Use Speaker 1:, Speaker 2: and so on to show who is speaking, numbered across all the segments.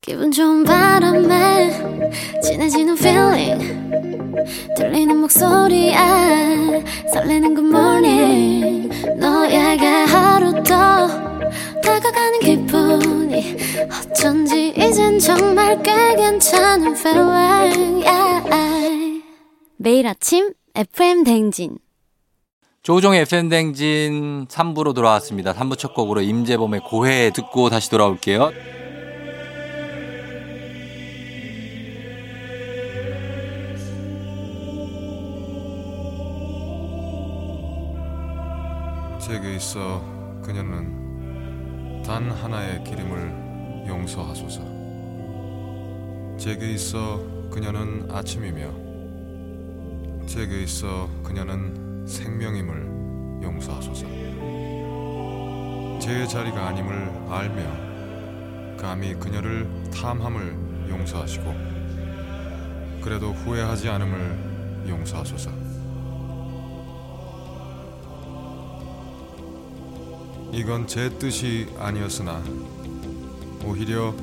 Speaker 1: 기분 좋은 바람에 진해지는 feeling 들리는 목소리에 설레는 good morning 너에게 하루 더 다가가는 기분이 어쩐지 이젠 정말 꽤 괜찮은 feeling yeah. 매일 아침 FM 댕진
Speaker 2: 조종의 FM댕진 3부로 돌아왔습니다. 3부 첫 곡으로 임재범의 고해 듣고 다시 돌아올게요.
Speaker 3: 제게 있어 그녀는 단 하나의 기름을 용서하소서. 제게 있어 그녀는 아침이며 제게 있어 그녀는 생명임을 용서하소서. 제 자리가 아님을 알며 감히 그녀를 탐함을 용서하시고 그래도 후회하지 않음을 용서하소서. 이건 제 뜻이 아니었으나 오히려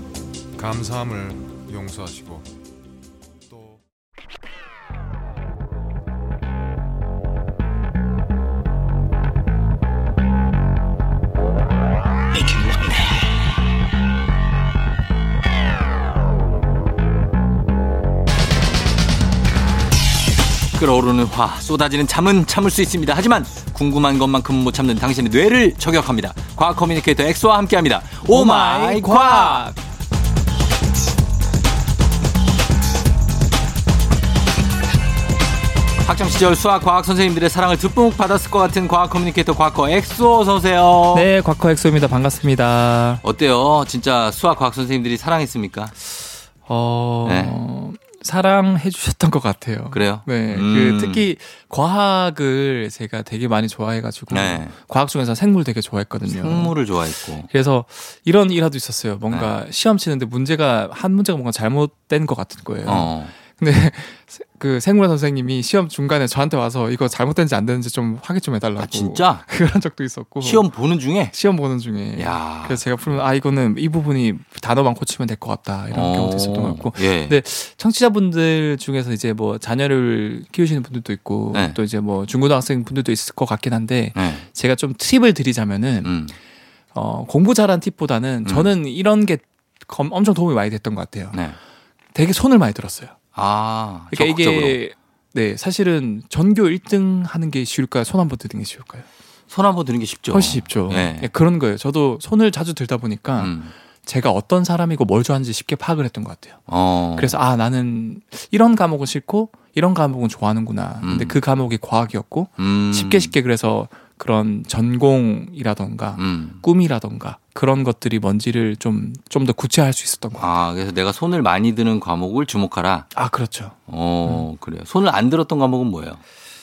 Speaker 3: 감사함을 용서하시고 또
Speaker 2: 끓어오르는 화, 쏟아지는 잠은 참을 수 있습니다. 하지만 궁금한 것만큼 못 참는 당신의 뇌를 저격합니다. 과학 커뮤니케이터 엑소와 함께합니다. 오마이 과학! 학창 시절 수학 과학 선생님들의 사랑을 듬뿍 받았을 것 같은 과학 커뮤니케이터 과커 엑소 어서 오세요.
Speaker 4: 네, 과커 엑소입니다. 반갑습니다.
Speaker 2: 어때요? 진짜 수학 과학 선생님들이 사랑했습니까?
Speaker 4: 어, 사랑해 주셨던 것 같아요.
Speaker 2: 네. 그래요?
Speaker 4: 네,
Speaker 2: 음.
Speaker 4: 그 특히 과학을 제가 되게 많이 좋아해가지고
Speaker 2: 네.
Speaker 4: 과학 중에서 생물 되게 좋아했거든요.
Speaker 2: 생물을 좋아했고.
Speaker 4: 그래서 이런 일화도 있었어요. 뭔가
Speaker 2: 네.
Speaker 4: 시험 치는데 문제가 한 문제가 뭔가 잘못된 것 같은 거예요.
Speaker 2: 어.
Speaker 4: 근데 그 생물 선생님이 시험 중간에 저한테 와서 이거 잘못된지 안 되는지 좀 확인 좀 해달라고.
Speaker 2: 아 진짜?
Speaker 4: 그런 적도 있었고.
Speaker 2: 시험 보는 중에?
Speaker 4: 시험 보는 중에.
Speaker 2: 야.
Speaker 4: 그래서 제가 풀면 아 이거는 이 부분이 단어만 고치면 될 것 같다 이런
Speaker 2: 어.
Speaker 4: 경우도 있었던 것 같고
Speaker 2: 예.
Speaker 4: 근데 청취자분들 중에서 이제 뭐 자녀를 키우시는 분들도 있고
Speaker 2: 네.
Speaker 4: 또 이제 뭐 중고등학생 분들도 있을 것 같긴 한데
Speaker 2: 네.
Speaker 4: 제가 좀 팁을 드리자면은
Speaker 2: 음.
Speaker 4: 어, 공부 잘한 팁보다는 저는 이런 게 검- 엄청 도움이 많이 됐던 것 같아요.
Speaker 2: 네.
Speaker 4: 되게 손을 많이 들었어요.
Speaker 2: 아,
Speaker 4: 그러니까
Speaker 2: 적극적으로.
Speaker 4: 이게 네 사실은 전교 1등 하는 게 쉬울까요? 손 한 번 드는 게 쉬울까요?
Speaker 2: 손 한번 드는 게 쉽죠.
Speaker 4: 훨씬 쉽죠.
Speaker 2: 네.
Speaker 4: 예, 그런 거예요. 저도 손을 자주 들다 보니까
Speaker 2: 음.
Speaker 4: 제가 어떤 사람이고 뭘 좋아하는지 쉽게 파악을 했던 것 같아요.
Speaker 2: 어.
Speaker 4: 그래서 아 나는 이런 과목은 싫고 이런 과목은 좋아하는구나. 근데
Speaker 2: 음.
Speaker 4: 그 과목이 과학이었고
Speaker 2: 음.
Speaker 4: 쉽게 쉽게 그래서 그런 전공이라던가
Speaker 2: 음.
Speaker 4: 꿈이라던가 그런 것들이 뭔지를 좀 좀 더 구체화할 수 있었던 것 같아요.
Speaker 2: 아, 그래서 내가 손을 많이 드는 과목을 주목하라.
Speaker 4: 아 그렇죠.
Speaker 2: 어, 그래요. 손을 안 들었던 과목은 뭐예요?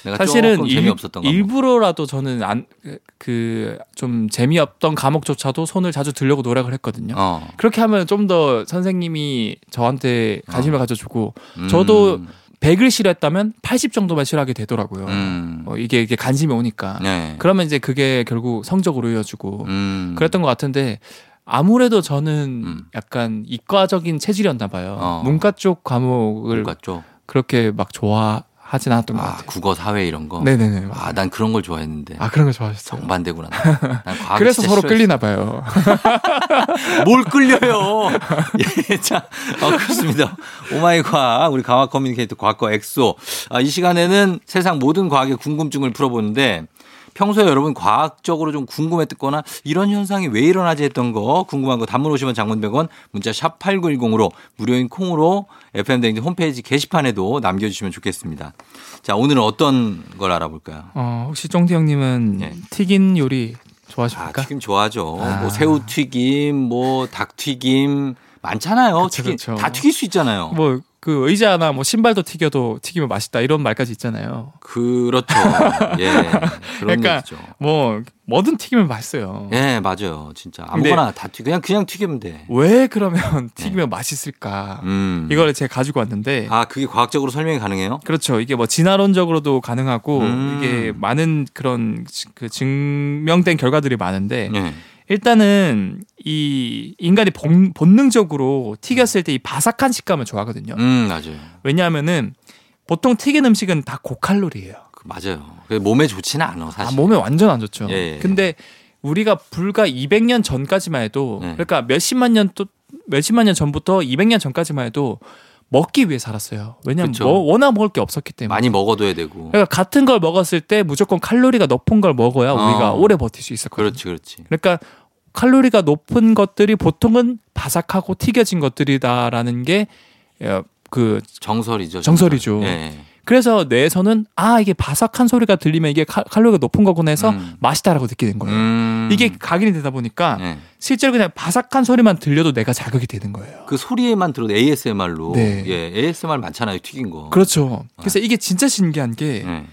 Speaker 2: 내가
Speaker 4: 사실은
Speaker 2: 그러니까 조금
Speaker 4: 일,
Speaker 2: 재미없었던 과목.
Speaker 4: 일부러라도 저는 안 그 좀 재미없던 과목조차도 손을 자주 들려고 노력을 했거든요.
Speaker 2: 어.
Speaker 4: 그렇게 하면 좀 더 선생님이 저한테 관심을 가져주고
Speaker 2: 음.
Speaker 4: 저도 100을 싫어했다면 80 정도만 싫어하게 되더라고요.
Speaker 2: 음.
Speaker 4: 어, 이게 이게 관심이 오니까
Speaker 2: 네.
Speaker 4: 그러면 이제 그게 결국 성적으로 이어지고
Speaker 2: 음.
Speaker 4: 그랬던 것 같은데 아무래도 저는
Speaker 2: 음.
Speaker 4: 약간 이과적인 체질이었나 봐요.
Speaker 2: 어.
Speaker 4: 문과 쪽 과목을
Speaker 2: 뭔가 쪽.
Speaker 4: 그렇게 막 좋아하진 않았던 것
Speaker 2: 아,
Speaker 4: 같아요.
Speaker 2: 국어, 사회 이런 거.
Speaker 4: 네네네. 아,
Speaker 2: 아, 난 그런 걸 좋아했는데.
Speaker 4: 그런 거 좋아하셨어요.
Speaker 2: 정반대구나. 난 과학이
Speaker 4: 그래서
Speaker 2: 아, 진짜
Speaker 4: 서로
Speaker 2: 싫어했어.
Speaker 4: 끌리나 봐요.
Speaker 2: 뭘 끌려요? 예, 자, 어, 그렇습니다. 오마이 과학, 우리 강화 커뮤니케이터 과거 엑소. 아, 이 시간에는 세상 모든 과학의 궁금증을 풀어보는데 평소에 여러분 과학적으로 좀 궁금했거나 이런 현상이 왜 일어나지 했던 거 궁금한 거 단문 오시면 장문 100원 문자 샵 8910으로 무료인 콩으로 FM대행진 홈페이지 게시판에도 남겨주시면 좋겠습니다. 자, 오늘은 어떤 걸 알아볼까요?
Speaker 4: 어, 혹시 쫑디 형님은
Speaker 2: 예.
Speaker 4: 튀긴 요리
Speaker 2: 아,
Speaker 4: 좋아하십니까?
Speaker 2: 튀김 좋아하죠.
Speaker 4: 그러니까. 아.
Speaker 2: 뭐 새우 튀김, 뭐 닭 튀김 많잖아요.
Speaker 4: 그쵸,
Speaker 2: 튀김
Speaker 4: 그쵸.
Speaker 2: 다 튀길 수 있잖아요.
Speaker 4: 뭐 그 의자나 뭐 신발도 튀겨도 튀기면 맛있다 이런 말까지 있잖아요.
Speaker 2: 그렇죠. 예. 그런
Speaker 4: 그러니까
Speaker 2: 얘기죠.
Speaker 4: 뭐 뭐든 튀기면 맛있어요.
Speaker 2: 예, 맞아요. 진짜
Speaker 4: 근데-
Speaker 2: 아무거나 다 튀. 그냥 그냥 튀기면 돼.
Speaker 4: 왜 그러면 튀기면 맛있을까?
Speaker 2: 네. 음.
Speaker 4: 이걸 제가 가지고 왔는데
Speaker 2: 아, 그게 과학적으로 설명이 가능해요?
Speaker 4: 그렇죠. 이게 뭐 진화론적으로도 가능하고
Speaker 2: 음.
Speaker 4: 이게 많은 그런 지- 그 증명된 결과들이 많은데
Speaker 2: 예.
Speaker 4: 일단은 이 인간이 본, 능적으로 튀겼을 때 이 바삭한 식감을 좋아하거든요.
Speaker 2: 음 맞아요.
Speaker 4: 왜냐하면은 보통 튀긴 음식은 다 고칼로리예요.
Speaker 2: 그- 맞아요. 그게 몸에 좋지는 않아
Speaker 4: 아,
Speaker 2: 사실.
Speaker 4: 몸에 완전 안 좋죠.
Speaker 2: 예, 예.
Speaker 4: 근데 우리가 불과 200년 전까지만 해도
Speaker 2: 네.
Speaker 4: 그러니까 몇십만 년 또 몇십만 년 전부터 200년 전까지만 해도 먹기 위해 살았어요. 왜냐면
Speaker 2: 그쵸.
Speaker 4: 뭐- 워낙 먹을 게 없었기 때문에.
Speaker 2: 많이 먹어둬야 되고.
Speaker 4: 그러니까 같은 걸 먹었을 때 무조건 칼로리가 높은 걸 먹어야 우리가
Speaker 2: 어.
Speaker 4: 오래 버틸 수 있었거든요.
Speaker 2: 그렇지 그렇지.
Speaker 4: 그러니까 칼로리가 높은 것들이 보통은 바삭하고 튀겨진 것들이다라는 게 그
Speaker 2: 정설이죠.
Speaker 4: 정설이죠. 네.
Speaker 2: 정설. 예.
Speaker 4: 그래서 뇌에서는 아 이게 바삭한 소리가 들리면 이게 칼- 칼로리가 높은 거구나 해서
Speaker 2: 음.
Speaker 4: 맛있다라고 느끼는 거예요.
Speaker 2: 음.
Speaker 4: 이게 각인이 되다 보니까
Speaker 2: 예.
Speaker 4: 실제로 그냥 바삭한 소리만 들려도 내가 자극이 되는 거예요.
Speaker 2: 그 소리에만 들어도 ASMR로
Speaker 4: 네.
Speaker 2: 예 ASMR 많잖아요 튀긴 거. 네.
Speaker 4: 그렇죠. 그래서 이게 진짜 신기한 게
Speaker 2: 예.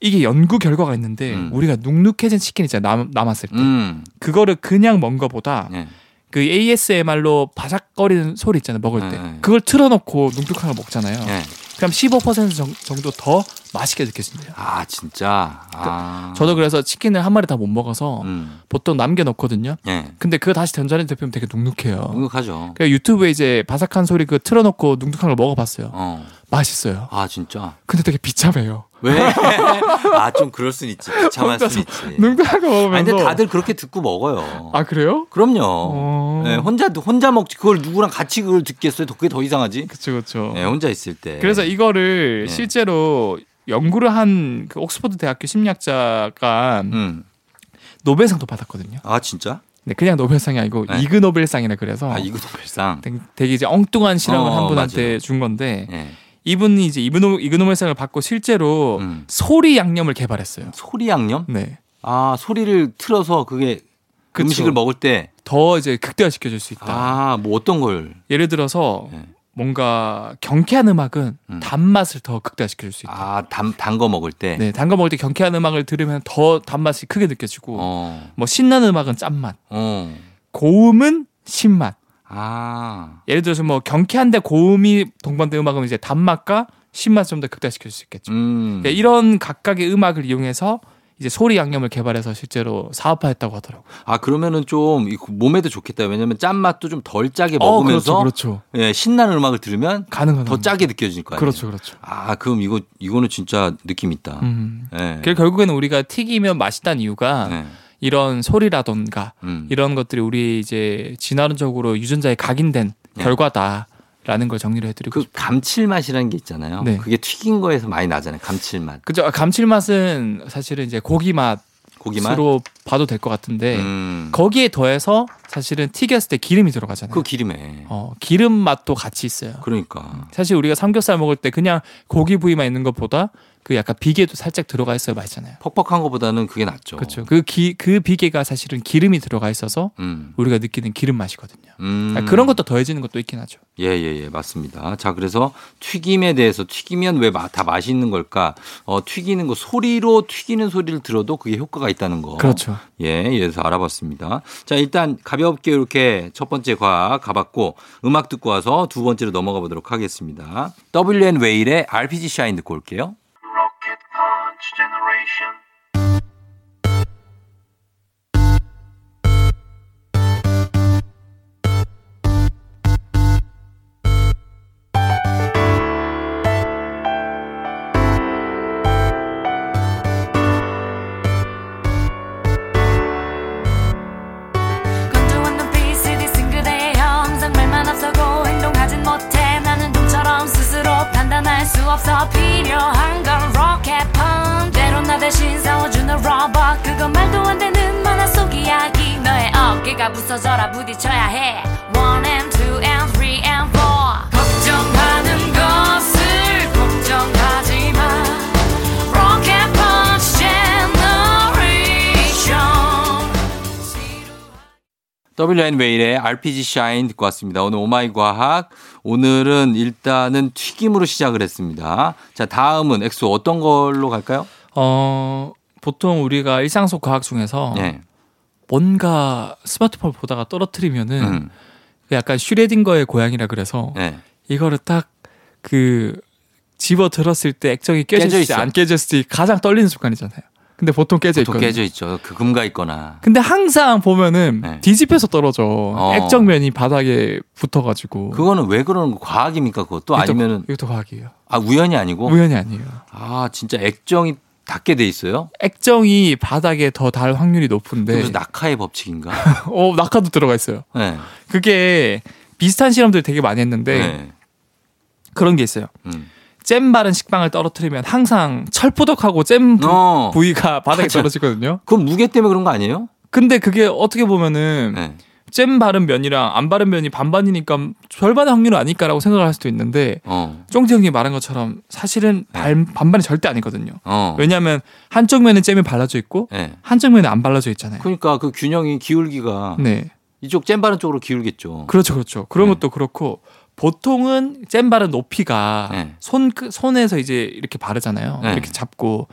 Speaker 4: 이게 연구 결과가 있는데
Speaker 2: 음.
Speaker 4: 우리가 눅눅해진 치킨 있잖아요. 남, 남았을 때.
Speaker 2: 음.
Speaker 4: 그거를 그냥 먹은 거보다
Speaker 2: 예.
Speaker 4: 그 ASMR로 바삭거리는 소리 있잖아요. 먹을 때.
Speaker 2: 네.
Speaker 4: 그걸 틀어놓고 눅눅한 걸 먹잖아요.
Speaker 2: 예.
Speaker 4: 그럼 15% 정, 정도 더 맛있게 느껴진대요.
Speaker 2: 아 진짜. 아.
Speaker 4: 저도 그래서 치킨을 한 마리 다 못 먹어서
Speaker 2: 음.
Speaker 4: 보통 남겨놓거든요.
Speaker 2: 예.
Speaker 4: 근데 그거 다시 전자레인지 데피면 되게 눅눅해요.
Speaker 2: 음. 응급하죠.
Speaker 4: 어. 그래서 유튜브에 이제 바삭한 소리 그 틀어놓고 눅눅한 걸 먹어봤어요.
Speaker 2: 어.
Speaker 4: 맛있어요.
Speaker 2: 아 진짜.
Speaker 4: 근데 되게 비참해요.
Speaker 2: 왜? 아 좀 그럴 순 있지. 참할 순 있지.
Speaker 4: 눅눅한 거
Speaker 2: 아
Speaker 4: 먹으면서.
Speaker 2: 근데 다들 그렇게 듣고 먹어요.
Speaker 4: 아 그래요?
Speaker 2: 그럼요.
Speaker 4: 어.
Speaker 2: 예, 혼자 혼자 먹지 그걸 누구랑 같이 그걸 듣겠어요? 그게 더 이상하지.
Speaker 4: 그쵸 그쵸.
Speaker 2: 예, 혼자 있을 때.
Speaker 4: 그래서 이거를
Speaker 2: 네.
Speaker 4: 실제로 연구를 한그 옥스퍼드 대학교 심리학자가
Speaker 2: 음.
Speaker 4: 노벨상도 받았거든요.
Speaker 2: 아 진짜?
Speaker 4: 근데 네, 그냥 노벨상이 아니고
Speaker 2: 네.
Speaker 4: 이그 노벨상이라 그래서
Speaker 2: 아 이거 노벨상.
Speaker 4: 되게- 되게 이제 엉뚱한 실험을
Speaker 2: 어,
Speaker 4: 한 분한테
Speaker 2: 맞아요.
Speaker 4: 준 건데
Speaker 2: 예.
Speaker 4: 이분이 이제 이그, 노, 이그 노벨상을 받고 실제로
Speaker 2: 음.
Speaker 4: 소리 양념을 개발했어요.
Speaker 2: 소리 양념?
Speaker 4: 네.
Speaker 2: 아 소리를 틀어서 그게
Speaker 4: 그쵸. 네.
Speaker 2: 음식을 먹을 때.
Speaker 4: 더 이제 극대화시켜줄 수 있다.
Speaker 2: 아 뭐 어떤 걸?
Speaker 4: 예를 들어서
Speaker 2: 네.
Speaker 4: 뭔가 경쾌한 음악은
Speaker 2: 음.
Speaker 4: 단맛을 더 극대화시켜줄 수 있다.
Speaker 2: 아단단 거 먹을 때.
Speaker 4: 네, 단 거 먹을 때 경쾌한 음악을 들으면 더 단맛이 크게 느껴지고
Speaker 2: 어.
Speaker 4: 뭐 신나는 음악은 짠맛,
Speaker 2: 어.
Speaker 4: 고음은 신맛.
Speaker 2: 아.
Speaker 4: 예를 들어서 뭐 경쾌한데 고음이 동반된 음악은 이제 단맛과 신맛 좀 더 극대화시킬 수 있겠죠.
Speaker 2: 음.
Speaker 4: 네, 이런 각각의 음악을 이용해서 이제 소리 양념을 개발해서 실제로 사업화했다고 하더라고요.
Speaker 2: 아 그러면은 좀이 몸에도 좋겠다. 왜냐면 짠맛도 좀 덜 짜게
Speaker 4: 어,
Speaker 2: 먹으면서
Speaker 4: 그렇죠, 그렇죠.
Speaker 2: 예, 신나는 음악을 들으면
Speaker 4: 가능한
Speaker 2: 더 짜게 느껴질 거 아니에요.
Speaker 4: 그렇죠, 그렇죠.
Speaker 2: 아 그럼 이거 이거는 진짜 느낌 있다.
Speaker 4: 음.
Speaker 2: 예.
Speaker 4: 그래서 결국에는 우리가 튀기면 맛있다는 이유가
Speaker 2: 예.
Speaker 4: 이런 소리라던가
Speaker 2: 음.
Speaker 4: 이런 것들이 우리 이제 진화론적으로 유전자에 각인된
Speaker 2: 네.
Speaker 4: 결과다라는 걸 정리를 해드리고
Speaker 2: 그
Speaker 4: 싶
Speaker 2: 감칠맛이라는 게 있잖아요.
Speaker 4: 네.
Speaker 2: 그게 튀긴 거에서 많이 나잖아요. 감칠맛,
Speaker 4: 그죠 감칠맛은 사실은 이제 고기 맛으로 네.
Speaker 2: 고기맛.
Speaker 4: 봐도 될 것 같은데
Speaker 2: 음.
Speaker 4: 거기에 더해서 사실은 튀겼을 때 기름이 들어가잖아요
Speaker 2: 그 기름에.
Speaker 4: 어, 음. 기름 맛도 같이 있어요
Speaker 2: 그러니까.
Speaker 4: 사실 우리가 삼겹살 먹을 때 그냥 고기 부위만 있는 것보다 그 약간 비계도 살짝 들어가 있어야 맛있잖아요
Speaker 2: 퍽퍽한 거보다는 그게 낫죠.
Speaker 4: 그렇죠 그, 기, 그 비계가 사실은 기름이 들어가 있어서
Speaker 2: 음.
Speaker 4: 우리가 느끼는 기름 맛이거든요
Speaker 2: 음.
Speaker 4: 아, 그런 것도 더해지는 것도 있긴 하죠
Speaker 2: 예, 예, 예, 맞습니다. 자, 그래서 튀김에 대해서 튀기면 왜 다 맛있는 걸까? 어, 튀기는 거 소리로 튀기는 소리를 들어도 그게 효과가 있다는 거.
Speaker 4: 그렇죠
Speaker 2: 예, 예서 알아봤습니다. 자, 일단 가볍게 이렇게 첫 번째 과학 가봤고 음악 듣고 와서 두 번째로 넘어가 보도록 하겠습니다. WN 웨일의 RPG 샤인 듣고 올게요.
Speaker 5: 건조한 빛이 싱그대에 항상 말만 앞서고 행동하진 못해 나는 좀처럼 스스로 판단할 수 없어 필요한 건 로켓 펀 때론 나 대신 싸워주는 로봇 그건 말도 안 되는 만화 속 이야기 너의 어깨가 부서져라 부딪혀야 해 One and two and three and four 걱정하는 것을 걱정하지 마 로켓 펀치 제너레이션
Speaker 2: WN 웨일의 RPG 샤인 듣고 왔습니다. 오늘 오마이 과학. 오늘은 일단은 튀김으로 시작을 했습니다. 자, 다음은 엑소 어떤 걸로 갈까요?
Speaker 4: 어 보통 우리가 일상 속 과학 중에서
Speaker 2: 예.
Speaker 4: 뭔가 스마트폰 보다가 떨어뜨리면은
Speaker 2: 음.
Speaker 4: 그 약간 슈레딩거의 고양이라 그래서
Speaker 2: 예.
Speaker 4: 이거를 딱 그 집어 들었을 때 액정이 깨질
Speaker 2: 깨져
Speaker 4: 수
Speaker 2: 있어.
Speaker 4: 안 깨질 수 가장 떨리는 순간이잖아요. 근데 보통 깨져
Speaker 2: 보통
Speaker 4: 있거든요.
Speaker 2: 깨져 있죠. 그 금가 있거나.
Speaker 4: 근데 항상 보면은
Speaker 2: 네.
Speaker 4: 뒤집혀서 떨어져.
Speaker 2: 어.
Speaker 4: 액정면이 바닥에 붙어가지고.
Speaker 2: 그거는 왜 그러는 거 과학입니까? 그것도
Speaker 4: 이것도-
Speaker 2: 아니면은
Speaker 4: 이것도 과학이에요.
Speaker 2: 아 우연이 아니고
Speaker 4: 그렇죠. 우연이 아니에요.
Speaker 2: 아 진짜 액정이 닿게 돼 있어요.
Speaker 4: 액정이 바닥에 더 닿을 확률이 높은데.
Speaker 2: 그래서 낙하의 법칙인가?
Speaker 4: 어 낙하도 들어가 있어요.
Speaker 2: 네.
Speaker 4: 그게 비슷한 실험들 되게 많이 했는데 그런 게 있어요.
Speaker 2: 예. 음.
Speaker 4: 잼 바른 식빵을 떨어뜨리면 항상 철부덕하고 잼 부,
Speaker 2: 어.
Speaker 4: 위가 바닥에
Speaker 2: 맞아.
Speaker 4: 떨어지거든요.
Speaker 2: 그건 무게 때문에 그런 거 아니에요?
Speaker 4: 근데 그게 어떻게 보면은
Speaker 2: 네.
Speaker 4: 잼 바른 면이랑 안 바른 면이 반반이니까 절반의 확률은 아닐까라고 생각을 할 수도 있는데
Speaker 2: 어.
Speaker 4: 쫑지 형이 말한 것처럼 사실은 반, 반반이 절대 아니거든요.
Speaker 2: 네. 어.
Speaker 4: 왜냐하면 한쪽 면에 잼이 발라져 있고
Speaker 2: 네.
Speaker 4: 한쪽 면에 안 발라져 있잖아요.
Speaker 2: 그러니까 그 균형이 기울기가
Speaker 4: 네,
Speaker 2: 이쪽 잼 바른 쪽으로 기울겠죠.
Speaker 4: 그렇죠, 그렇죠. 그런
Speaker 2: 네.
Speaker 4: 것도 그렇고 보통은 잼 바른 높이가
Speaker 2: 네.
Speaker 4: 손 끄- 손에서 이제 이렇게 바르잖아요.
Speaker 2: 네.
Speaker 4: 이렇게 잡고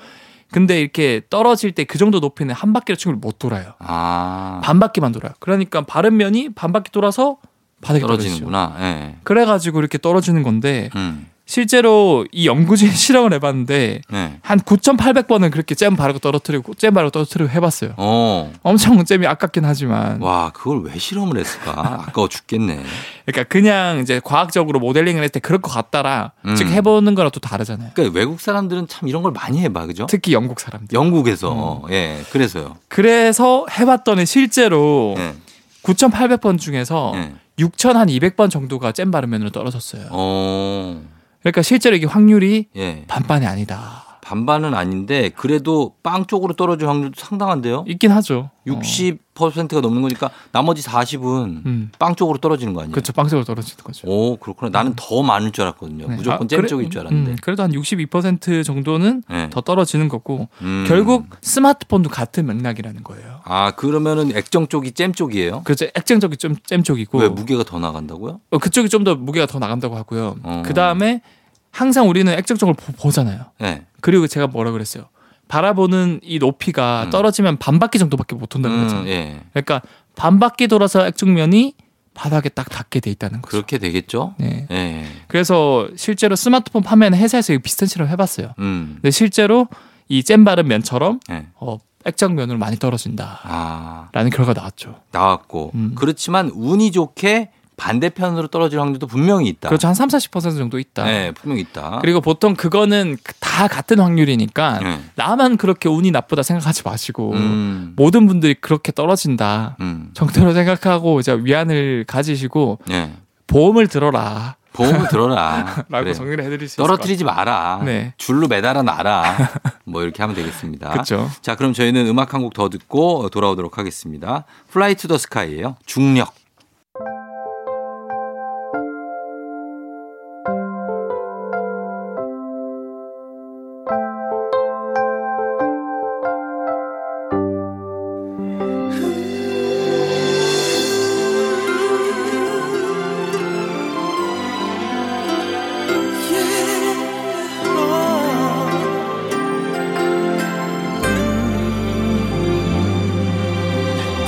Speaker 4: 근데 이렇게 떨어질 때 그 정도 높이는 한 바퀴를 충분히 못 돌아요.
Speaker 2: 아
Speaker 4: 반 바퀴만 돌아요. 그러니까 바른 면이 반 바퀴 돌아서 바닥에 떨어지는구나.
Speaker 2: 떨어지는구나. 예.
Speaker 4: 그래가지고 이렇게 떨어지는 건데
Speaker 2: 음.
Speaker 4: 실제로 이 연구진 실험을 해봤는데
Speaker 2: 네.
Speaker 4: 한 9,800번은 그렇게 잼 바르고 떨어뜨리고 잼 바르고 떨어뜨리고 해봤어요.
Speaker 2: 어.
Speaker 4: 엄청 잼이 아깝긴 하지만
Speaker 2: 와 그걸 왜 실험을 했을까? 아까워 죽겠네.
Speaker 4: 그러니까 그냥 이제 과학적으로 모델링을 했을 때 그럴 것 같다라
Speaker 2: 음.
Speaker 4: 즉 해보는 거랑 또 다르잖아요.
Speaker 2: 그러니까 외국 사람들은 참 이런 걸 많이 해봐 그죠?
Speaker 4: 특히 음. 영국 사람들.
Speaker 2: 영국에서 예 그래서요.
Speaker 4: 그래서 해봤더니 실제로
Speaker 2: 예.
Speaker 4: 9,800번 중에서
Speaker 2: 예.
Speaker 4: 6,200번 정도가 잼 바른 면으로 떨어졌어요.
Speaker 2: 어.
Speaker 4: 그러니까 실제로 이게 확률이
Speaker 2: 예.
Speaker 4: 반반이 아니다.
Speaker 2: 반반은 아닌데 그래도 빵 쪽으로 떨어질 확률도 상당한데요.
Speaker 4: 있긴 하죠.
Speaker 2: 60%가 넘는 거니까 나머지
Speaker 4: 어.
Speaker 2: 40은
Speaker 4: 음.
Speaker 2: 빵 쪽으로 떨어지는 거 아니에요?
Speaker 4: 그렇죠. 빵색으로 떨어지는 거죠.
Speaker 2: 오 그렇구나. 나는 더 많을 줄 알았거든요.
Speaker 4: 음. 네.
Speaker 2: 무조건
Speaker 4: 아,
Speaker 2: 잼
Speaker 4: 그래-
Speaker 2: 쪽일 줄 알았는데.
Speaker 4: 음, 그래도 한 62% 정도는
Speaker 2: 예.
Speaker 4: 더 떨어지는 거고
Speaker 2: 음.
Speaker 4: 결국 스마트폰도 같은 맥락이라는 거예요.
Speaker 2: 아 그러면은 액정 쪽이 잼 쪽이에요?
Speaker 4: 그죠 액정적이 좀 잼 쪽이고
Speaker 2: 왜 무게가 더 나간다고요?
Speaker 4: 어, 그쪽이 좀 더 무게가 더 나간다고 하고요.
Speaker 2: 어.
Speaker 4: 그 다음에 항상 우리는 액정적으로 보- 보잖아요.
Speaker 2: 네.
Speaker 4: 그리고 제가 뭐라 그랬어요. 바라보는 이 높이가
Speaker 2: 음.
Speaker 4: 떨어지면 반 바퀴 정도밖에 못 돈다고
Speaker 2: 음,
Speaker 4: 그랬잖아요.
Speaker 2: 예.
Speaker 4: 그러니까 반 바퀴 돌아서 액정면이 바닥에 딱 닿게 돼 있다는 거죠.
Speaker 2: 그렇게 되겠죠?
Speaker 4: 네.
Speaker 2: 예.
Speaker 4: 그래서 실제로 스마트폰 판매는 회사에서 이거 비슷한 실험 해봤어요.
Speaker 2: 음.
Speaker 4: 근데 실제로 이 잼 바른 면처럼
Speaker 2: 예.
Speaker 4: 어, 액정면으로 많이 떨어진다라는
Speaker 2: 아
Speaker 4: 결과 나왔죠.
Speaker 2: 나왔고
Speaker 4: 음.
Speaker 2: 그렇지만 운이 좋게 반대편으로 떨어질 확률도 분명히 있다.
Speaker 4: 그렇죠. 한 3, 40% 정도 있다.
Speaker 2: 네, 분명히 있다.
Speaker 4: 그리고 보통 그거는 다 같은 확률이니까
Speaker 2: 네.
Speaker 4: 나만 그렇게 운이 나쁘다 생각하지 마시고
Speaker 2: 음.
Speaker 4: 모든 분들이 그렇게 떨어진다
Speaker 2: 음.
Speaker 4: 정도로 생각하고 이제 위안을 가지시고
Speaker 2: 예.
Speaker 4: 보험을 들어라
Speaker 2: 보험을 들어라.
Speaker 4: 라고
Speaker 2: 그래.
Speaker 4: 정리를 해드릴 수 있을 것
Speaker 2: 네.
Speaker 4: 같아요.
Speaker 2: 떨어뜨리지 마라.
Speaker 4: 네.
Speaker 2: 줄로 매달아 놔라. 뭐 이렇게 하면 되겠습니다.
Speaker 4: 그쵸.
Speaker 2: 자, 그럼 저희는 음악 한 곡 더 듣고 돌아오도록 하겠습니다. 플라이 투 더 스카이예요. 중력.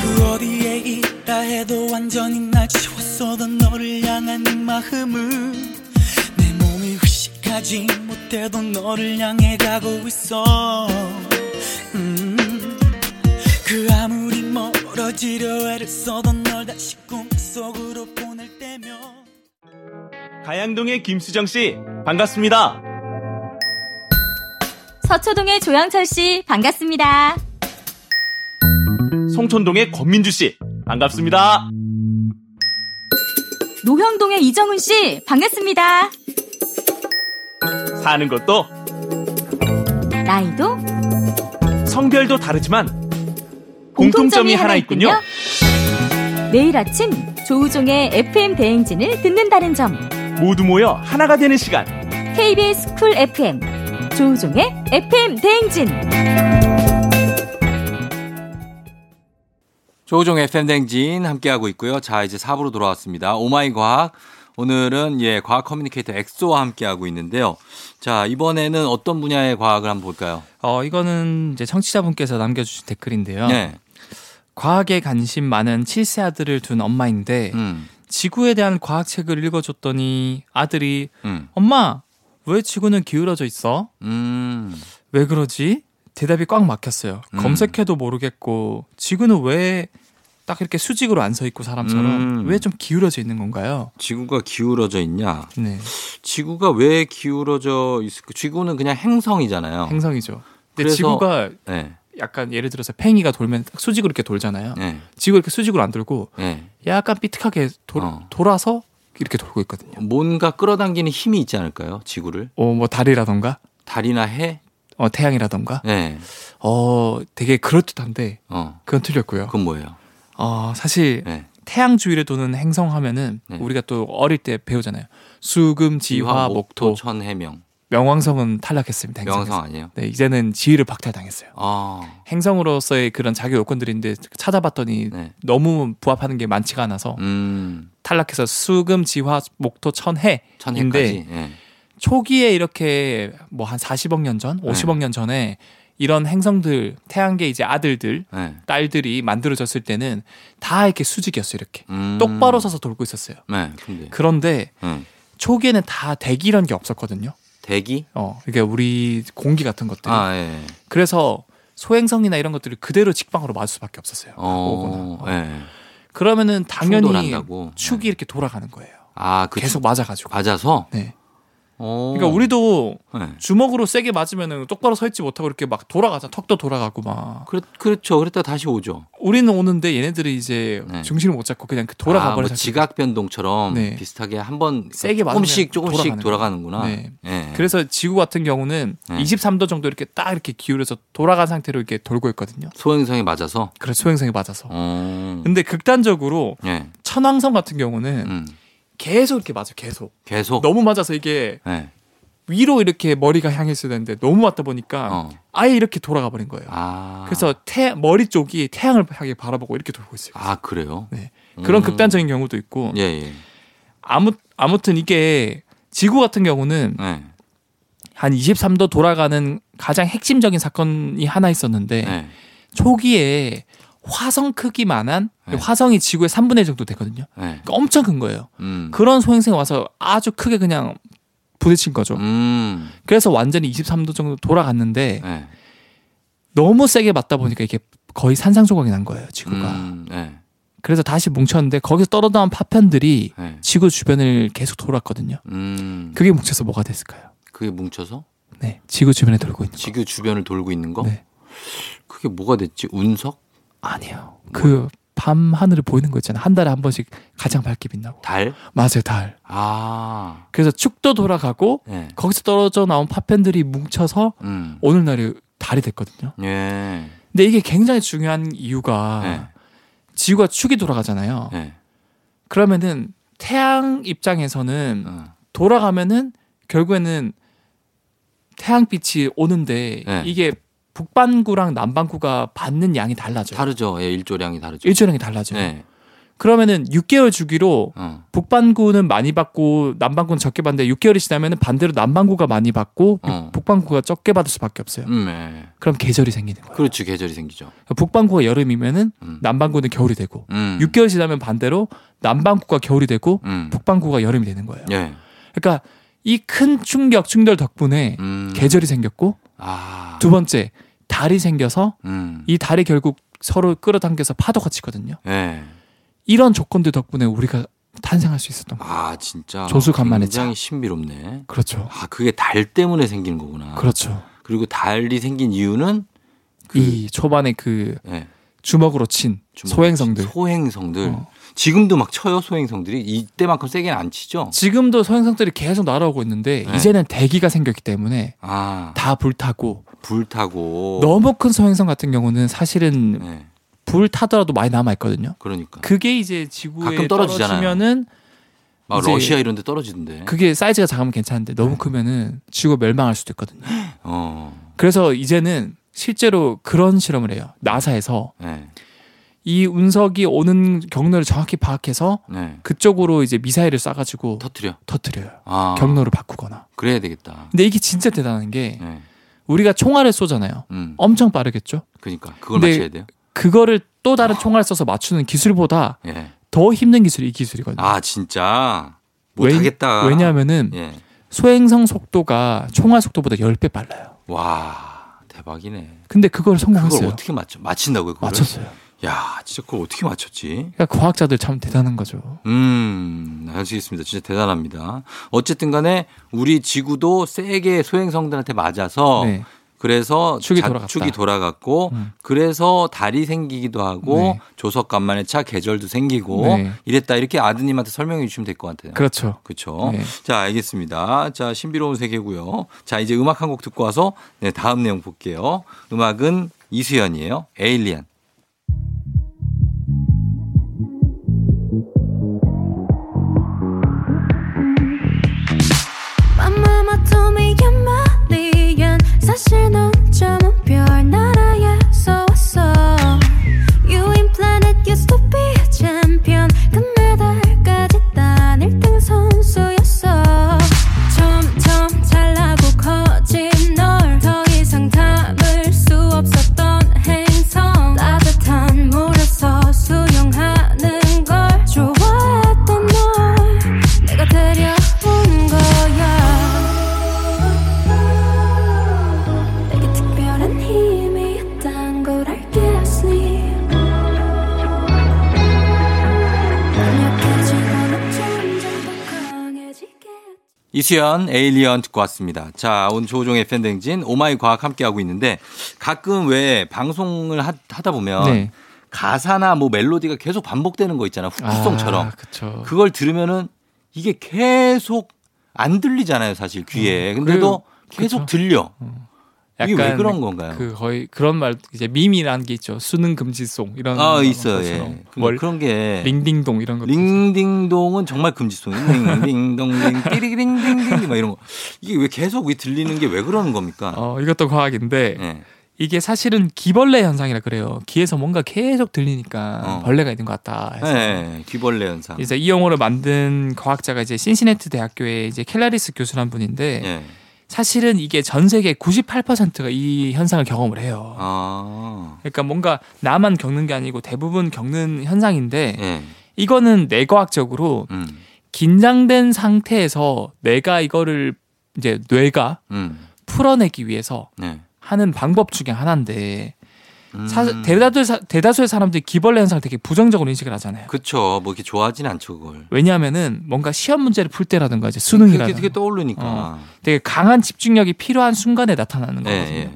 Speaker 6: 그 어디에 있다 해도 완전히 날 지웠어던 너를 향한 이 마음은 내 몸이 의식하지 못해도 너를 향해 가고 있어 음, 그 아무리 멀어지려 애를 써던 널 다시 꿈속으로 보낼 때면
Speaker 7: 가양동의 김수정 씨 반갑습니다.
Speaker 8: 서초동의 조영철 씨 반갑습니다.
Speaker 7: 송촌동의 권민주 씨 반갑습니다.
Speaker 8: 노형동의 이정훈 씨 반갑습니다.
Speaker 7: 사는 것도
Speaker 8: 나이도
Speaker 7: 성별도 다르지만 공통점이,
Speaker 8: 공통점이
Speaker 7: 하나
Speaker 8: 하나
Speaker 7: 있군요.
Speaker 8: 있군요. 매일 아침 조우종의 FM 대행진을 듣는다는 점.
Speaker 7: 모두 모여 하나가 되는 시간.
Speaker 8: KBS 쿨 FM 조우종의 FM 대행진.
Speaker 2: 조종 FM 댕진 함께하고 있고요. 자, 이제 4부로 돌아왔습니다. 오마이 과학. 오늘은 예, 과학 커뮤니케이터 엑소와 함께하고 있는데요. 자, 이번에는 어떤 분야의 과학을 한번 볼까요?
Speaker 4: 어, 이거는 이제 청취자분께서 남겨주신 댓글인데요.
Speaker 2: 네.
Speaker 4: 과학에 관심 많은 7세 아들을 둔 엄마인데
Speaker 2: 음.
Speaker 4: 지구에 대한 과학책을 읽어줬더니 아들이
Speaker 2: 음.
Speaker 4: 엄마 왜 지구는 기울어져 있어?
Speaker 2: 음.
Speaker 4: 왜 그러지? 대답이 꽉 막혔어요.
Speaker 2: 음.
Speaker 4: 검색해도 모르겠고 지구는 왜 딱 이렇게 수직으로 안 서 있고 사람처럼
Speaker 2: 음.
Speaker 4: 왜 좀 기울어져 있는 건가요?
Speaker 2: 지구가 기울어져 있냐?
Speaker 4: 네,
Speaker 2: 지구가 왜 기울어져 있을까? 지구는 그냥 행성이잖아요.
Speaker 4: 행성이죠. 근데
Speaker 2: 그래서-
Speaker 4: 지구가
Speaker 2: 네.
Speaker 4: 약간 예를 들어서 팽이가 돌면 딱 수직으로 이렇게 돌잖아요.
Speaker 2: 네.
Speaker 4: 지구 이렇게 수직으로 안 돌고
Speaker 2: 네.
Speaker 4: 약간 삐딱하게 돌,
Speaker 2: 어.
Speaker 4: 돌아서 이렇게
Speaker 2: 아,
Speaker 4: 돌고 있거든요.
Speaker 2: 뭔가 끌어당기는 힘이 있지 않을까요? 지구를
Speaker 4: 어, 뭐 달이라던가
Speaker 2: 달이나 해?
Speaker 4: 어, 태양이라던가
Speaker 2: 네.
Speaker 4: 어, 되게 그럴듯한데
Speaker 2: 어.
Speaker 4: 그건 틀렸고요.
Speaker 2: 그건 뭐예요?
Speaker 4: 어, 사실
Speaker 2: 네.
Speaker 4: 태양 주위를 도는 행성 하면은
Speaker 2: 네.
Speaker 4: 우리가 또 어릴 때 배우잖아요. 수금, 지화, 목토,
Speaker 2: 천해명
Speaker 4: 명왕성은 탈락했습니다. 행성에서.
Speaker 2: 명성 아니에요?
Speaker 4: 네, 이제는 지위를 박탈당했어요.
Speaker 2: 아.
Speaker 4: 행성으로서의 그런 자기 요건들인데 찾아봤더니
Speaker 2: 네.
Speaker 4: 너무 부합하는 게 많지가 않아서
Speaker 2: 음.
Speaker 4: 탈락해서 수금, 지화, 목토, 천해인데
Speaker 2: 천해까지. 네.
Speaker 4: 초기에 이렇게 뭐 한 40억 년 전, 50억 년 전에 이런 행성들, 태양계 이제 아들들,
Speaker 2: 네.
Speaker 4: 딸들이 만들어졌을 때는 다 이렇게 수직이었어요, 이렇게.
Speaker 2: 음.
Speaker 4: 똑바로 서서 돌고 있었어요.
Speaker 2: 네. 근데
Speaker 4: 그런데
Speaker 2: 음.
Speaker 4: 초기에는 다 대기 이런 게 없었거든요.
Speaker 2: 대기?
Speaker 4: 어, 이게 우리 공기 같은 것들. 이
Speaker 2: 아, 예.
Speaker 4: 그래서 소행성이나 이런 것들을 그대로 직방으로 맞을 수밖에 없었어요.
Speaker 2: 어.
Speaker 4: 오거나. 어.
Speaker 2: 예.
Speaker 4: 그러면은 당연히
Speaker 2: 충돌한다고.
Speaker 4: 축이
Speaker 2: 네.
Speaker 4: 이렇게 돌아가는 거예요.
Speaker 2: 아, 그
Speaker 4: 계속 맞아가지고.
Speaker 2: 맞아서.
Speaker 4: 네.
Speaker 2: 어.
Speaker 4: 그러니까 우리도
Speaker 2: 네.
Speaker 4: 주먹으로 세게 맞으면은 똑바로 서 있지 못하고 이렇게 막 돌아가자. 턱도 돌아가고 막.
Speaker 2: 그렇, 그렇죠. 그랬다 다시 오죠.
Speaker 4: 우리는 오는데 얘네들이 이제
Speaker 2: 네.
Speaker 4: 중심을 못 잡고 그냥 그 돌아가
Speaker 2: 아, 뭐
Speaker 4: 버려서
Speaker 2: 지각 변동처럼
Speaker 4: 네.
Speaker 2: 비슷하게 한번
Speaker 4: 세게 맞으면
Speaker 2: 조금씩 조금씩
Speaker 4: 돌아가는
Speaker 2: 돌아가는 구나 예.
Speaker 4: 네. 그래서 지구 같은 경우는
Speaker 2: 네.
Speaker 4: 23도 정도 이렇게 딱 이렇게 기울여서 돌아간 상태로 이렇게 돌고 있거든요.
Speaker 2: 소행성에 맞아서.
Speaker 4: 그래서 소행성에 맞아서.
Speaker 2: 어.
Speaker 4: 근데 극단적으로
Speaker 2: 예.
Speaker 4: 천왕성 같은 경우는
Speaker 2: 음. 어.
Speaker 4: 계속 이렇게 맞아 계속
Speaker 2: 계속.
Speaker 4: 너무 맞아서 이게
Speaker 2: 예.
Speaker 4: 위로 이렇게 머리가 향했어야 되는데 너무 맞다 보니까
Speaker 2: 어.
Speaker 4: 아예 이렇게 돌아가 버린 거예요.
Speaker 2: 아.
Speaker 4: 그래서 태, 머리 쪽이 태양을 향해 바라보고 이렇게 돌고 있어요.
Speaker 2: 아, 그래요?
Speaker 4: 네. 그런
Speaker 2: 음.
Speaker 4: 극단적인 경우도 있고
Speaker 2: 예, 예.
Speaker 4: 아무 아무튼 이게 지구 같은 경우는
Speaker 2: 예.
Speaker 4: 한 23도 돌아가는 가장 핵심적인 사건이 하나 있었는데
Speaker 2: 예.
Speaker 4: 초기에 화성 크기만한
Speaker 2: 네.
Speaker 4: 화성이 지구의 3분의 1 정도 되거든요.
Speaker 2: 예.
Speaker 4: 그러니까 엄청 큰 거예요.
Speaker 2: 음.
Speaker 4: 그런 소행성이 와서 아주 크게 그냥 부딪힌 거죠.
Speaker 2: 음.
Speaker 4: 그래서 완전히 23도 정도 돌아갔는데
Speaker 2: 예.
Speaker 4: 너무 세게 맞다 보니까 이게 거의 산상조각이 난 거예요, 지구가.
Speaker 2: 음. 예.
Speaker 4: 그래서 다시 뭉쳤는데 거기서 떨어나온 파편들이
Speaker 2: 예.
Speaker 4: 지구 주변을 계속 돌았거든요.
Speaker 2: 음.
Speaker 4: 그게 뭉쳐서 뭐가 됐을까요?
Speaker 2: 그게 뭉쳐서
Speaker 4: 네, 지구 주변에 돌고 있는 거.
Speaker 2: 지구 주변을 돌고 있는 거?
Speaker 4: 네.
Speaker 2: 그게 뭐가 됐지? 운석?
Speaker 4: 아니에요. 그 밤 하늘을 보이는 거 있잖아요. 한 달에 한 번씩 가장 밝게 빛나고.
Speaker 2: 달?
Speaker 4: 맞아요, 달.
Speaker 2: 아.
Speaker 4: 그래서 축도 돌아가고
Speaker 2: 예.
Speaker 4: 거기서 떨어져 나온 파편들이 뭉쳐서
Speaker 2: 음.
Speaker 4: 오늘날의 달이 됐거든요.
Speaker 2: 예.
Speaker 4: 근데 이게 굉장히 중요한 이유가
Speaker 2: 네.
Speaker 4: 지구가 축이 돌아가잖아요.
Speaker 2: 예.
Speaker 4: 그러면은 태양 입장에서는
Speaker 2: 어.
Speaker 4: 돌아가면은 결국에는 태양빛이 오는데
Speaker 2: 네.
Speaker 4: 이게 북반구랑 남반구가 받는 양이 달라져요.
Speaker 2: 다르죠. 예, 일조량이 다르죠.
Speaker 4: 일조량이 달라져요.
Speaker 2: 네.
Speaker 4: 그러면은 6개월 주기로
Speaker 2: 어.
Speaker 4: 북반구는 많이 받고 남반구는 적게 받는데 6개월이 지나면은 반대로 남반구가 많이 받고
Speaker 2: 어.
Speaker 4: 북반구가 적게 받을 수밖에 없어요.
Speaker 2: 음, 예.
Speaker 4: 그럼 계절이 생기는 거예요.
Speaker 2: 그렇죠. 계절이 생기죠.
Speaker 4: 북반구가 여름이면은
Speaker 2: 음.
Speaker 4: 남반구는 겨울이 되고
Speaker 2: 음.
Speaker 4: 6개월 지나면 반대로 남반구가 겨울이 되고
Speaker 2: 음.
Speaker 4: 북반구가 여름이 되는 거예요.
Speaker 2: 예.
Speaker 4: 그러니까 이 큰 충격 충돌 덕분에
Speaker 2: 음.
Speaker 4: 계절이 생겼고
Speaker 2: 아.
Speaker 4: 두 번째 달이 생겨서
Speaker 2: 음.
Speaker 4: 이 달이 결국 서로 끌어당겨서 파도가 치거든요.
Speaker 2: 예.
Speaker 4: 이런 조건들 덕분에 우리가 탄생할 수 있었던 거예요.
Speaker 2: 아, 진짜.
Speaker 4: 조수간만의
Speaker 2: 굉장히 신비롭네.
Speaker 4: 그렇죠.
Speaker 2: 아, 그게 달 때문에 생긴 거구나.
Speaker 4: 그렇죠.
Speaker 2: 그리고 달이 생긴 이유는 그-
Speaker 4: 이 초반에 그
Speaker 2: 예.
Speaker 4: 주먹으로 친
Speaker 2: 주먹-
Speaker 4: 소행성들.
Speaker 2: 소행성들.
Speaker 4: 어.
Speaker 2: 지금도 막 쳐요, 소행성들이. 이때만큼 세게는 안 치죠?
Speaker 4: 지금도 소행성들이 계속 날아오고 있는데
Speaker 2: 네.
Speaker 4: 이제는 대기가 생겼기 때문에
Speaker 2: 아,
Speaker 4: 다 불타고
Speaker 2: 불 타고.
Speaker 4: 너무 큰 소행성 같은 경우는 사실은
Speaker 2: 예.
Speaker 4: 불 타더라도 많이 남아 있거든요.
Speaker 2: 그러니까.
Speaker 4: 그게 이제 지구에
Speaker 2: 가끔 떨어지잖아요. 네.
Speaker 4: 떨어지면은
Speaker 2: 막
Speaker 4: 이제-
Speaker 2: 러시아 이런 데 떨어지던데.
Speaker 4: 그게 사이즈가 작으면 괜찮은데
Speaker 2: 네.
Speaker 4: 너무 크면은 지구가 멸망할 수도 있거든요.
Speaker 2: 어.
Speaker 4: 그래서 이제는 실제로 그런 실험을 해요. 나사에서
Speaker 2: 네.
Speaker 4: 이 운석이 오는 경로를 정확히 파악해서
Speaker 2: 네.
Speaker 4: 그쪽으로 이제 미사일을 쏴가지고
Speaker 2: 터트려.
Speaker 4: 터트려요.
Speaker 2: 아.
Speaker 4: 경로를 바꾸거나.
Speaker 2: 그래야 되겠다.
Speaker 4: 근데 이게 진짜 대단한 게
Speaker 2: 네.
Speaker 4: 우리가 총알을 쏘잖아요.
Speaker 2: 음.
Speaker 4: 엄청 빠르겠죠?
Speaker 2: 그러니까 그걸
Speaker 4: 어. 근데-
Speaker 2: 맞춰야 돼요.
Speaker 4: 그거를 또
Speaker 2: 아.
Speaker 4: 다른 총알을 써서 맞추는 기술보다
Speaker 2: 예.
Speaker 4: 더 힘든 기술이 이 기술이거든요.
Speaker 2: 아, 진짜. 못
Speaker 4: 왜-
Speaker 2: 하겠다.
Speaker 4: 왜냐하면은
Speaker 2: 예.
Speaker 4: 소행성 속도가 총알 속도보다 10배 빨라요.
Speaker 2: 와. 대박이네.
Speaker 4: 근데 그걸
Speaker 2: 그걸
Speaker 4: 성공했어요.
Speaker 2: 어떻게 맞춰? 맞힌다고요, 그걸?
Speaker 4: 맞췄어요.
Speaker 2: 야, 진짜 그걸 어떻게 맞췄지?
Speaker 4: 그러니까 과학자들 참 대단한 거죠.
Speaker 2: 음, 알겠습니다. 진짜 대단합니다. 어쨌든 간에 우리 지구도 세게 소행성들한테 맞아서
Speaker 4: 네.
Speaker 2: 그래서
Speaker 4: 축이
Speaker 2: 자-
Speaker 4: 돌아갔다.
Speaker 2: 축이 돌아갔고
Speaker 4: 음.
Speaker 2: 그래서 달이 생기기도 하고
Speaker 4: 네.
Speaker 2: 조석 간만에 차 계절도 생기고
Speaker 4: 네.
Speaker 2: 이랬다 이렇게 아드님한테 설명해 주시면 될 것 같아요.
Speaker 4: 그렇죠.
Speaker 2: 그렇죠.
Speaker 4: 네.
Speaker 2: 자, 알겠습니다. 자, 신비로운 세계고요. 자, 이제 음악 한 곡 듣고 와서 네, 다음 내용 볼게요. 음악은 이수연이에요. 에일리언.
Speaker 1: My mama told me you're my alien. 사실 넌좀은 별나라에서 왔어. You in planet used to be a champion. 금메달까지 딴 1등 선수였어. 점점 잘나고 커진 널. 더 이상 담을 수 없었던 행성. 따뜻한 물에서 수영하는 걸 좋아했던 널. 내가 데려온 거야 내게 특별한 힘이 있단 걸 알겠으니 강력해지거나 점점 더 강해지겠지
Speaker 2: 이수연 에일리언 듣고 왔습니다. 자, 오늘 조종의 팬댕진 오마이 과학 함께하고 있는데 가끔 왜 방송을 하, 다 보면
Speaker 4: 네.
Speaker 2: 가사나 뭐 멜로디가 계속 반복되는 거 있잖아. 훅훅송처럼.
Speaker 4: 아, 그렇죠.
Speaker 2: 그걸 들으면은 이게 계속 안 들리잖아요, 사실 귀에. 근데도 계속
Speaker 4: 음, 그쵸. 음.
Speaker 2: 들려. 이게 왜 그런 건가요?
Speaker 4: 그 거의 그런 말 이제 밈이라는 게 있죠. 수능 금지송 이런
Speaker 2: 아, 있어요. 예.
Speaker 4: 것처럼.
Speaker 2: 근데
Speaker 4: 뭘
Speaker 2: 그런 네. 게
Speaker 4: 링딩동 이런 것
Speaker 2: 링딩동은 정말 금지송이 링딩동링 띠리링딩딩 막 이런 거. 이게 왜 계속 왜 들리는 게 왜 그러는 겁니까?
Speaker 4: 어, 이것도 과학인데
Speaker 2: 예.
Speaker 4: 이게 사실은 기벌레 현상이라 그래요. 귀에서 뭔가 계속 들리니까
Speaker 2: 어.
Speaker 4: 벌레가 있는 것 같다. 해서
Speaker 2: 네, 귀벌레 현상.
Speaker 4: 이제 이 용어를 만든 과학자가 이제 신시내티 대학교의 이제 켈라리스 교수란 분인데
Speaker 2: 예.
Speaker 4: 사실은 이게 전 세계 98%가 이 현상을 경험을 해요.
Speaker 2: 아.
Speaker 4: 그러니까 뭔가 나만 겪는 게 아니고 대부분 겪는 현상인데
Speaker 2: 예.
Speaker 4: 이거는 뇌과학적으로
Speaker 2: 음.
Speaker 4: 긴장된 상태에서 내가 이거를 이제 뇌가
Speaker 2: 음.
Speaker 4: 풀어내기 위해서
Speaker 2: 네.
Speaker 4: 하는 방법 중에 하나인데
Speaker 2: 음.
Speaker 4: 사, 대다수 사- 대다수의 사람들이 기벌레 현상 되게 부정적으로 인식을 하잖아요.
Speaker 2: 그쵸. 뭐 이렇게 좋아하진 않죠, 그걸.
Speaker 4: 왜냐하면은 뭔가 시험 문제를 풀 때라든가 이제
Speaker 2: 그게
Speaker 4: 수능이라든가
Speaker 2: 되게 떠오르니까.
Speaker 4: 어. 되게 강한 집중력이 필요한 순간에 나타나는
Speaker 2: 예,
Speaker 4: 거거든요.
Speaker 2: 예.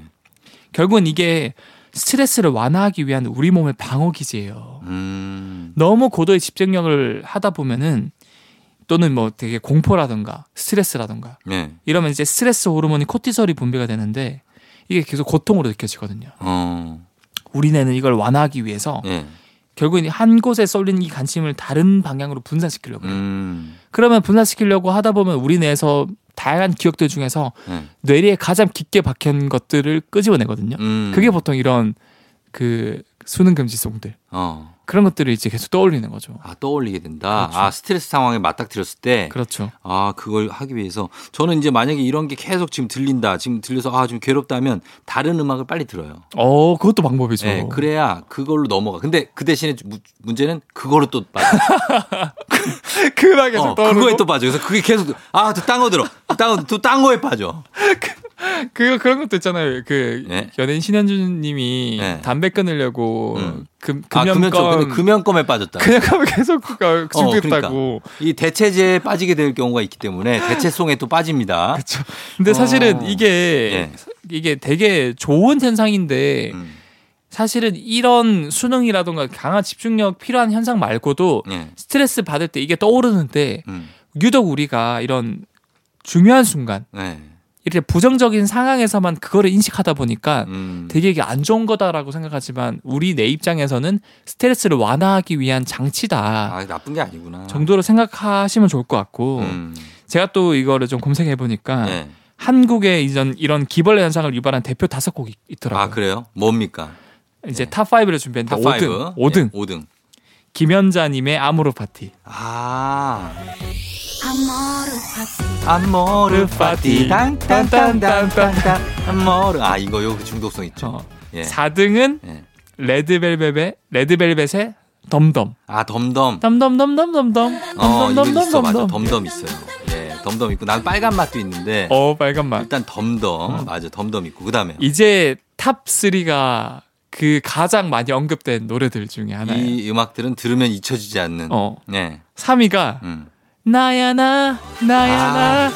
Speaker 4: 결국은 이게 스트레스를 완화하기 위한 우리 몸의 방어 기제예요.
Speaker 2: 음.
Speaker 4: 너무 고도의 집중력을 하다 보면은 또는 뭐 되게 공포라든가 스트레스라든가
Speaker 2: 예.
Speaker 4: 이러면 이제 스트레스 호르몬이 코티솔이 분비가 되는데 이게 계속 고통으로 느껴지거든요.
Speaker 2: 어.
Speaker 4: 우리 뇌는 이걸 완화하기 위해서
Speaker 2: 예.
Speaker 4: 결국은 한 곳에 쏠린 이 관심을 다른 방향으로 분산시키려고 해요.
Speaker 2: 음.
Speaker 4: 그러면 분산시키려고 하다 보면 우리 뇌에서 다양한 기억들 중에서
Speaker 2: 예.
Speaker 4: 뇌리에 가장 깊게 박힌 것들을 끄집어내거든요.
Speaker 2: 음.
Speaker 4: 그게 뭐- 보통 이런 그 수능 금지송들
Speaker 2: 어.
Speaker 4: 그런 것들을 이제 계속 떠올리는 거죠.
Speaker 2: 아, 떠올리게 된다.
Speaker 4: 그렇죠.
Speaker 2: 아, 스트레스 상황에 맞닥뜨렸을 때
Speaker 4: 그렇죠.
Speaker 2: 아, 그걸 하기 위해서 저는 이제 만약에 이런 게 계속 지금 들린다. 지금 들려서 아, 좀 괴롭다면 다른 음악을 빨리 들어요.
Speaker 4: 어, 그것도 방법이죠.
Speaker 2: 예, 그래야 그걸로 넘어가. 근데 그 대신에 무- 문제는 그걸로 또 빠져.
Speaker 4: 그나 계속
Speaker 2: 어,
Speaker 4: 떠오르고
Speaker 2: 그거에 또 빠져. 그래서 그게 계속 아, 또 딴 거 들어. 또딴 거에 빠져.
Speaker 4: 그 그런 것도 있잖아요. 그
Speaker 2: 네.
Speaker 4: 연예인 신현준 님이
Speaker 2: 네.
Speaker 4: 담배 끊으려고
Speaker 2: 음.
Speaker 4: 금
Speaker 2: 아, 금연껌. 근데
Speaker 4: 금연껌
Speaker 2: 금연껌에 빠졌다.
Speaker 4: 그냥 하면 계속 그가
Speaker 2: 어,
Speaker 4: 숨겼다고.
Speaker 2: 이 대체제에 빠지게 될 경우가 있기 때문에 대체송에 또 빠집니다.
Speaker 4: 근데 사실은
Speaker 2: 어.
Speaker 4: 이게
Speaker 2: 예.
Speaker 4: 이게 되게 좋은 현상인데
Speaker 2: 음,
Speaker 4: 사실은 이런 수능이라던가 강한 집중력 필요한 현상 말고도
Speaker 2: 예.
Speaker 4: 스트레스 받을 때 이게 떠오르는데
Speaker 2: 음,
Speaker 4: 유독 우리가 이런 중요한 순간
Speaker 2: 네.
Speaker 4: 이렇게 부정적인 상황에서만 그거를 인식하다 보니까
Speaker 2: 음.
Speaker 4: 되게 이게 안 좋은 거다라고 생각하지만 우리 내 입장에서는 스트레스를 완화하기 위한 장치다
Speaker 2: 아, 나쁜 게 아니구나.
Speaker 4: 정도로 생각하시면 좋을 것 같고
Speaker 2: 음,
Speaker 4: 제가 또 이거를 좀 검색해 보니까
Speaker 2: 예.
Speaker 4: 한국의 이전 이런 기벌레 현상을 유발한 대표 다섯 곡이 있더라고요.
Speaker 2: 아, 그래요? 뭡니까?
Speaker 4: 이제 탑 5를 준비했는데
Speaker 2: 탑
Speaker 4: 5등,
Speaker 2: 5.
Speaker 4: 5등
Speaker 2: 예, 5등.
Speaker 4: 김연자님의 아모르 파티.
Speaker 2: 아.
Speaker 1: 아모르
Speaker 2: 안모르 파티
Speaker 4: 파티.
Speaker 2: 땅땅땅땅땅 안모르 아 이거 요 중독성 있죠.
Speaker 4: 어.
Speaker 2: 예.
Speaker 4: 4등은
Speaker 2: 예.
Speaker 4: 레드벨벳의 레드벨벳의 덤덤.
Speaker 2: 아 덤덤.
Speaker 4: 덤덤덤덤덤덤.
Speaker 2: 어, 이거 있어 맞아.
Speaker 4: 덤덤덤덤덤.
Speaker 2: 덤덤 있어요. 예, 덤덤 있고 난 빨간 맛도 있는데
Speaker 4: 어 빨간 맛.
Speaker 2: 일단 덤덤 맞아. 덤덤 있고 그다음에
Speaker 4: 이제 탑 3가 그 가장 많이 언급된 노래들 중에 하나예요.
Speaker 2: 이 음악들은 들으면 잊혀지지 않는.
Speaker 4: 어.
Speaker 2: 네.
Speaker 4: 3위가
Speaker 2: 음.
Speaker 4: 나야 나 나야
Speaker 2: 아.
Speaker 4: 나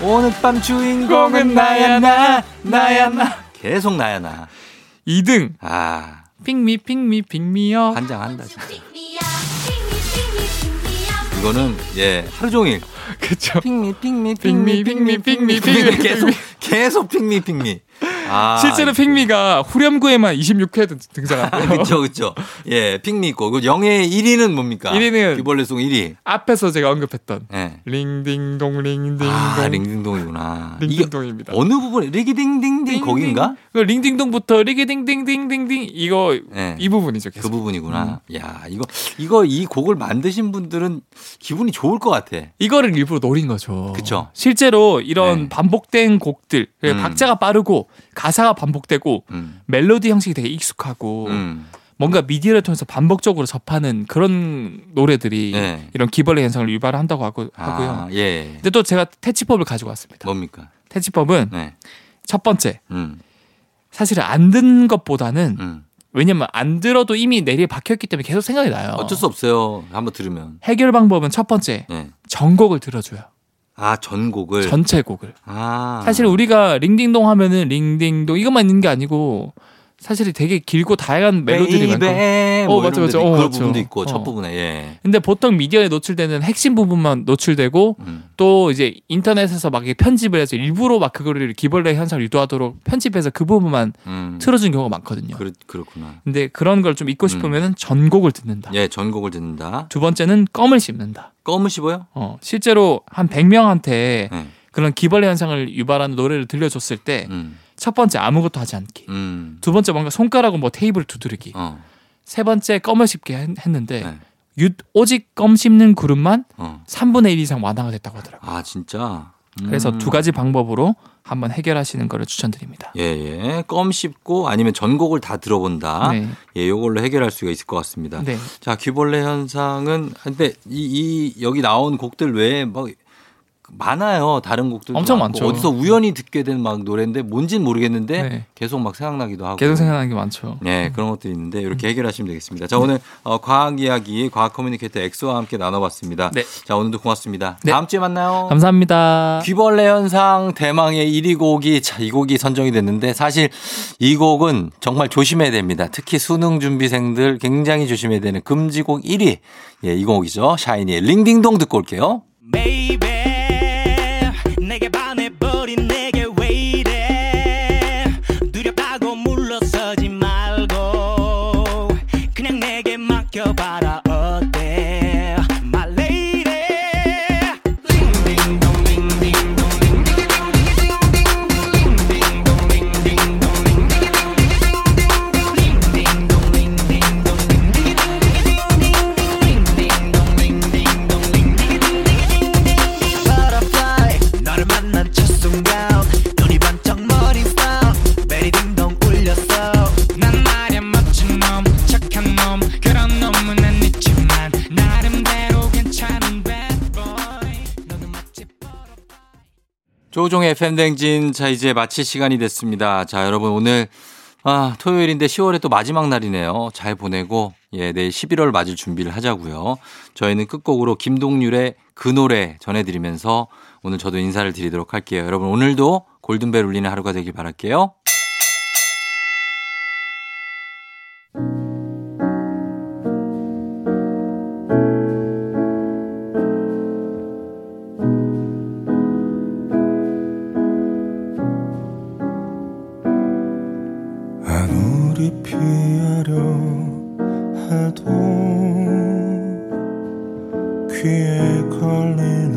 Speaker 2: 오늘 밤 주인공은 나야 나 나야 나. 계속 나야 나.
Speaker 4: 2등
Speaker 2: 아
Speaker 4: 핑미 핑미 핑미요
Speaker 2: 환장한다. 진짜. 이거는 예 하루 종일
Speaker 4: 그쵸
Speaker 2: 핑미 핑미
Speaker 4: 핑미, 핑미, 핑미, 핑미.
Speaker 2: 계속 계속 핑미 핑미. 아
Speaker 4: 실제로 핑미가 후렴구에만 26회 등장한대요
Speaker 2: 그렇죠 그렇죠. 예 핑미 있고 그 영예의 1위는 뭡니까?
Speaker 4: 1위는
Speaker 2: 귀벌레송 1위.
Speaker 4: 앞에서 제가 언급했던
Speaker 2: 예.
Speaker 4: 링딩동 링딩동
Speaker 2: 아 링딩동이구나. 이게
Speaker 4: 링딩동입니다
Speaker 2: 어느 부분 리기딩딩딩 거긴가?
Speaker 4: 그 링딩동부터 리기딩딩딩딩딩 이거
Speaker 2: 예.
Speaker 4: 이 음. 부분이죠
Speaker 2: 그
Speaker 4: 계속
Speaker 2: 부분이구나. 야 이거 이거 이 곡을 만드신 분들은 기분이 좋을 것 같아.
Speaker 4: 이거를 일부러 노린 거죠.
Speaker 2: 그쵸.
Speaker 4: 실제로 이런
Speaker 2: 네.
Speaker 4: 반복된 곡들, 예,
Speaker 2: 음.
Speaker 4: 박자가 빠르고 가사가 반복되고
Speaker 2: 음.
Speaker 4: 멜로디 형식이 되게 익숙하고
Speaker 2: 음.
Speaker 4: 뭔가 미디어를 통해서 반복적으로 접하는 그런 노래들이
Speaker 2: 네.
Speaker 4: 이런 기벌레 현상을 유발한다고 하고,
Speaker 2: 아,
Speaker 4: 하고요. 네.
Speaker 2: 예.
Speaker 4: 근데 또 제가 퇴치법을 가지고 왔습니다.
Speaker 2: 뭡니까?
Speaker 4: 퇴치법은
Speaker 2: 네.
Speaker 4: 첫 번째,
Speaker 2: 음.
Speaker 4: 사실 안 듣는 것보다는
Speaker 2: 음.
Speaker 4: 왜냐면 안 들어도 이미 내리에 박혀있기 때문에 계속 생각이 나요.
Speaker 2: 어쩔 수 없어요. 한번 들으면.
Speaker 4: 해결 방법은 첫 번째,
Speaker 2: 예.
Speaker 4: 전곡을 들어줘요.
Speaker 2: 아 전곡을.
Speaker 4: 전체 곡을.
Speaker 2: 아.
Speaker 4: 사실 우리가 링딩동 하면은 링딩동 이것만 있는 게 아니고 사실 되게 길고 다양한 멜로디들이 많고
Speaker 2: 네, 베이베
Speaker 4: 어,
Speaker 2: 뭐
Speaker 4: 맞죠,
Speaker 2: 이런
Speaker 4: 맞죠.
Speaker 2: 데도 있고
Speaker 4: 어,
Speaker 2: 그런
Speaker 4: 맞죠.
Speaker 2: 부분도 있고
Speaker 4: 어.
Speaker 2: 첫 부분에 예.
Speaker 4: 근데 보통 미디어에 노출되는 핵심 부분만 노출되고
Speaker 2: 음.
Speaker 4: 또 이제 인터넷에서 막 이게 편집을 해서 일부러 막 그거를 기벌레 현상을 유도하도록 편집해서 그 부분만
Speaker 2: 음.
Speaker 4: 틀어준 경우가 많거든요.
Speaker 2: 그렇 그렇구나.
Speaker 4: 근데 그런 걸 좀 잊고 싶으면은 전곡을 듣는다.
Speaker 2: 음. 예, 전곡을 듣는다.
Speaker 4: 두 번째는 껌을 씹는다.
Speaker 2: 껌을 씹어요?
Speaker 4: 어, 실제로 한 100명한테
Speaker 2: 예.
Speaker 4: 그런 기벌레 현상을 유발하는 노래를 들려줬을 때 첫
Speaker 2: 음.
Speaker 4: 번째 아무것도 하지 않기.
Speaker 2: 음.
Speaker 4: 두 번째 뭔가 손가락으로 뭐 테이블 두드리기.
Speaker 2: 어.
Speaker 4: 세 번째 껌을 씹게 했- 했는데
Speaker 2: 네.
Speaker 4: 유, 오직 껌 씹는 그룹만
Speaker 2: 어.
Speaker 4: 3분의 1 이상 완화가 됐다고 하더라고요.
Speaker 2: 아 진짜. 음.
Speaker 4: 그래서 두 가지 방법으로 한번 해결하시는 거를 추천드립니다.
Speaker 2: 예, 예. 껌 씹고 아니면 전곡을 다 들어본다.
Speaker 4: 네.
Speaker 2: 예, 요걸로 해결할 수가 있을 것 같습니다.
Speaker 4: 네.
Speaker 2: 자, 귀벌레 현상은 근데 이, 이 여기 나온 곡들 외에 막 많아요. 다른 곡들도
Speaker 4: 엄청
Speaker 2: 많고.
Speaker 4: 많죠.
Speaker 2: 어디서 우연히 듣게 된 막 노래인데 뭔진 모르겠는데
Speaker 4: 네.
Speaker 2: 계속 막 생각나기도 하고.
Speaker 4: 계속 생각나는 게 많죠.
Speaker 2: 네, 그런 것들이 있는데 이렇게 해결하시면 되겠습니다. 자, 오늘 어, 과학 이야기 과학 커뮤니케이터 엑소와 함께 나눠봤습니다.
Speaker 4: 네.
Speaker 2: 자, 오늘도 고맙습니다.
Speaker 4: 네.
Speaker 2: 다음 주에 만나요.
Speaker 4: 감사합니다.
Speaker 2: 귀벌레 현상 대망의 1위 곡이 자, 이 곡이 선정이 됐는데 사실 이 곡은 정말 조심해야 됩니다. 특히 수능 준비생들 굉장히 조심해야 되는 금지곡 1위. 예, 이 곡이죠. 샤이니의 링딩동 듣고 올게요.
Speaker 6: Baby 내게 반해버린 내게 왜 이래 두렵다고 물러서지 말고 그냥 내게 맡겨봐라 어때 My lady 링딩동 링딩동 링딩동 링딩동 링딩동 링딩동 링딩동 Butterfly 너를 만난 첫 순간 눈이 반짝 머리 스톱 베리딩동 울렸어
Speaker 9: 난 말야 멋진 놈 착한 놈 그런 놈은 아니지만 나름대로 괜찮은 bad boy 너는 멋진
Speaker 2: 조종의 FM 댕진 자 이제 마칠 시간이 됐습니다. 자, 여러분 오늘 아, 토요일인데 10월의 또 마지막 날이네요. 잘 보내고 예, 내일 11월 맞을 준비를 하자고요. 저희는 끝곡으로 김동률의 그 노래 전해 드리면서 오늘 저도 인사를 드리도록 할게요. 여러분 오늘도 골든벨 울리는 하루가 되길 바랄게요.
Speaker 10: 아무리 피하려 해도 귀에 걸리는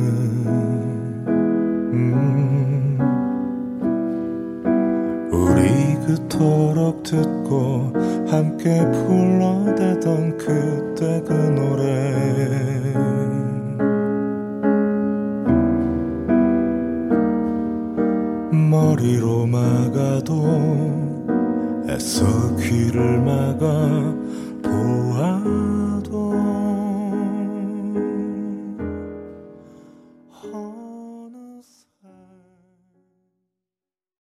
Speaker 10: 음 우리 그토록 듣고 함께 불러대던 그때 그 노래 머리로 막아도 애써 귀를 막아 보아도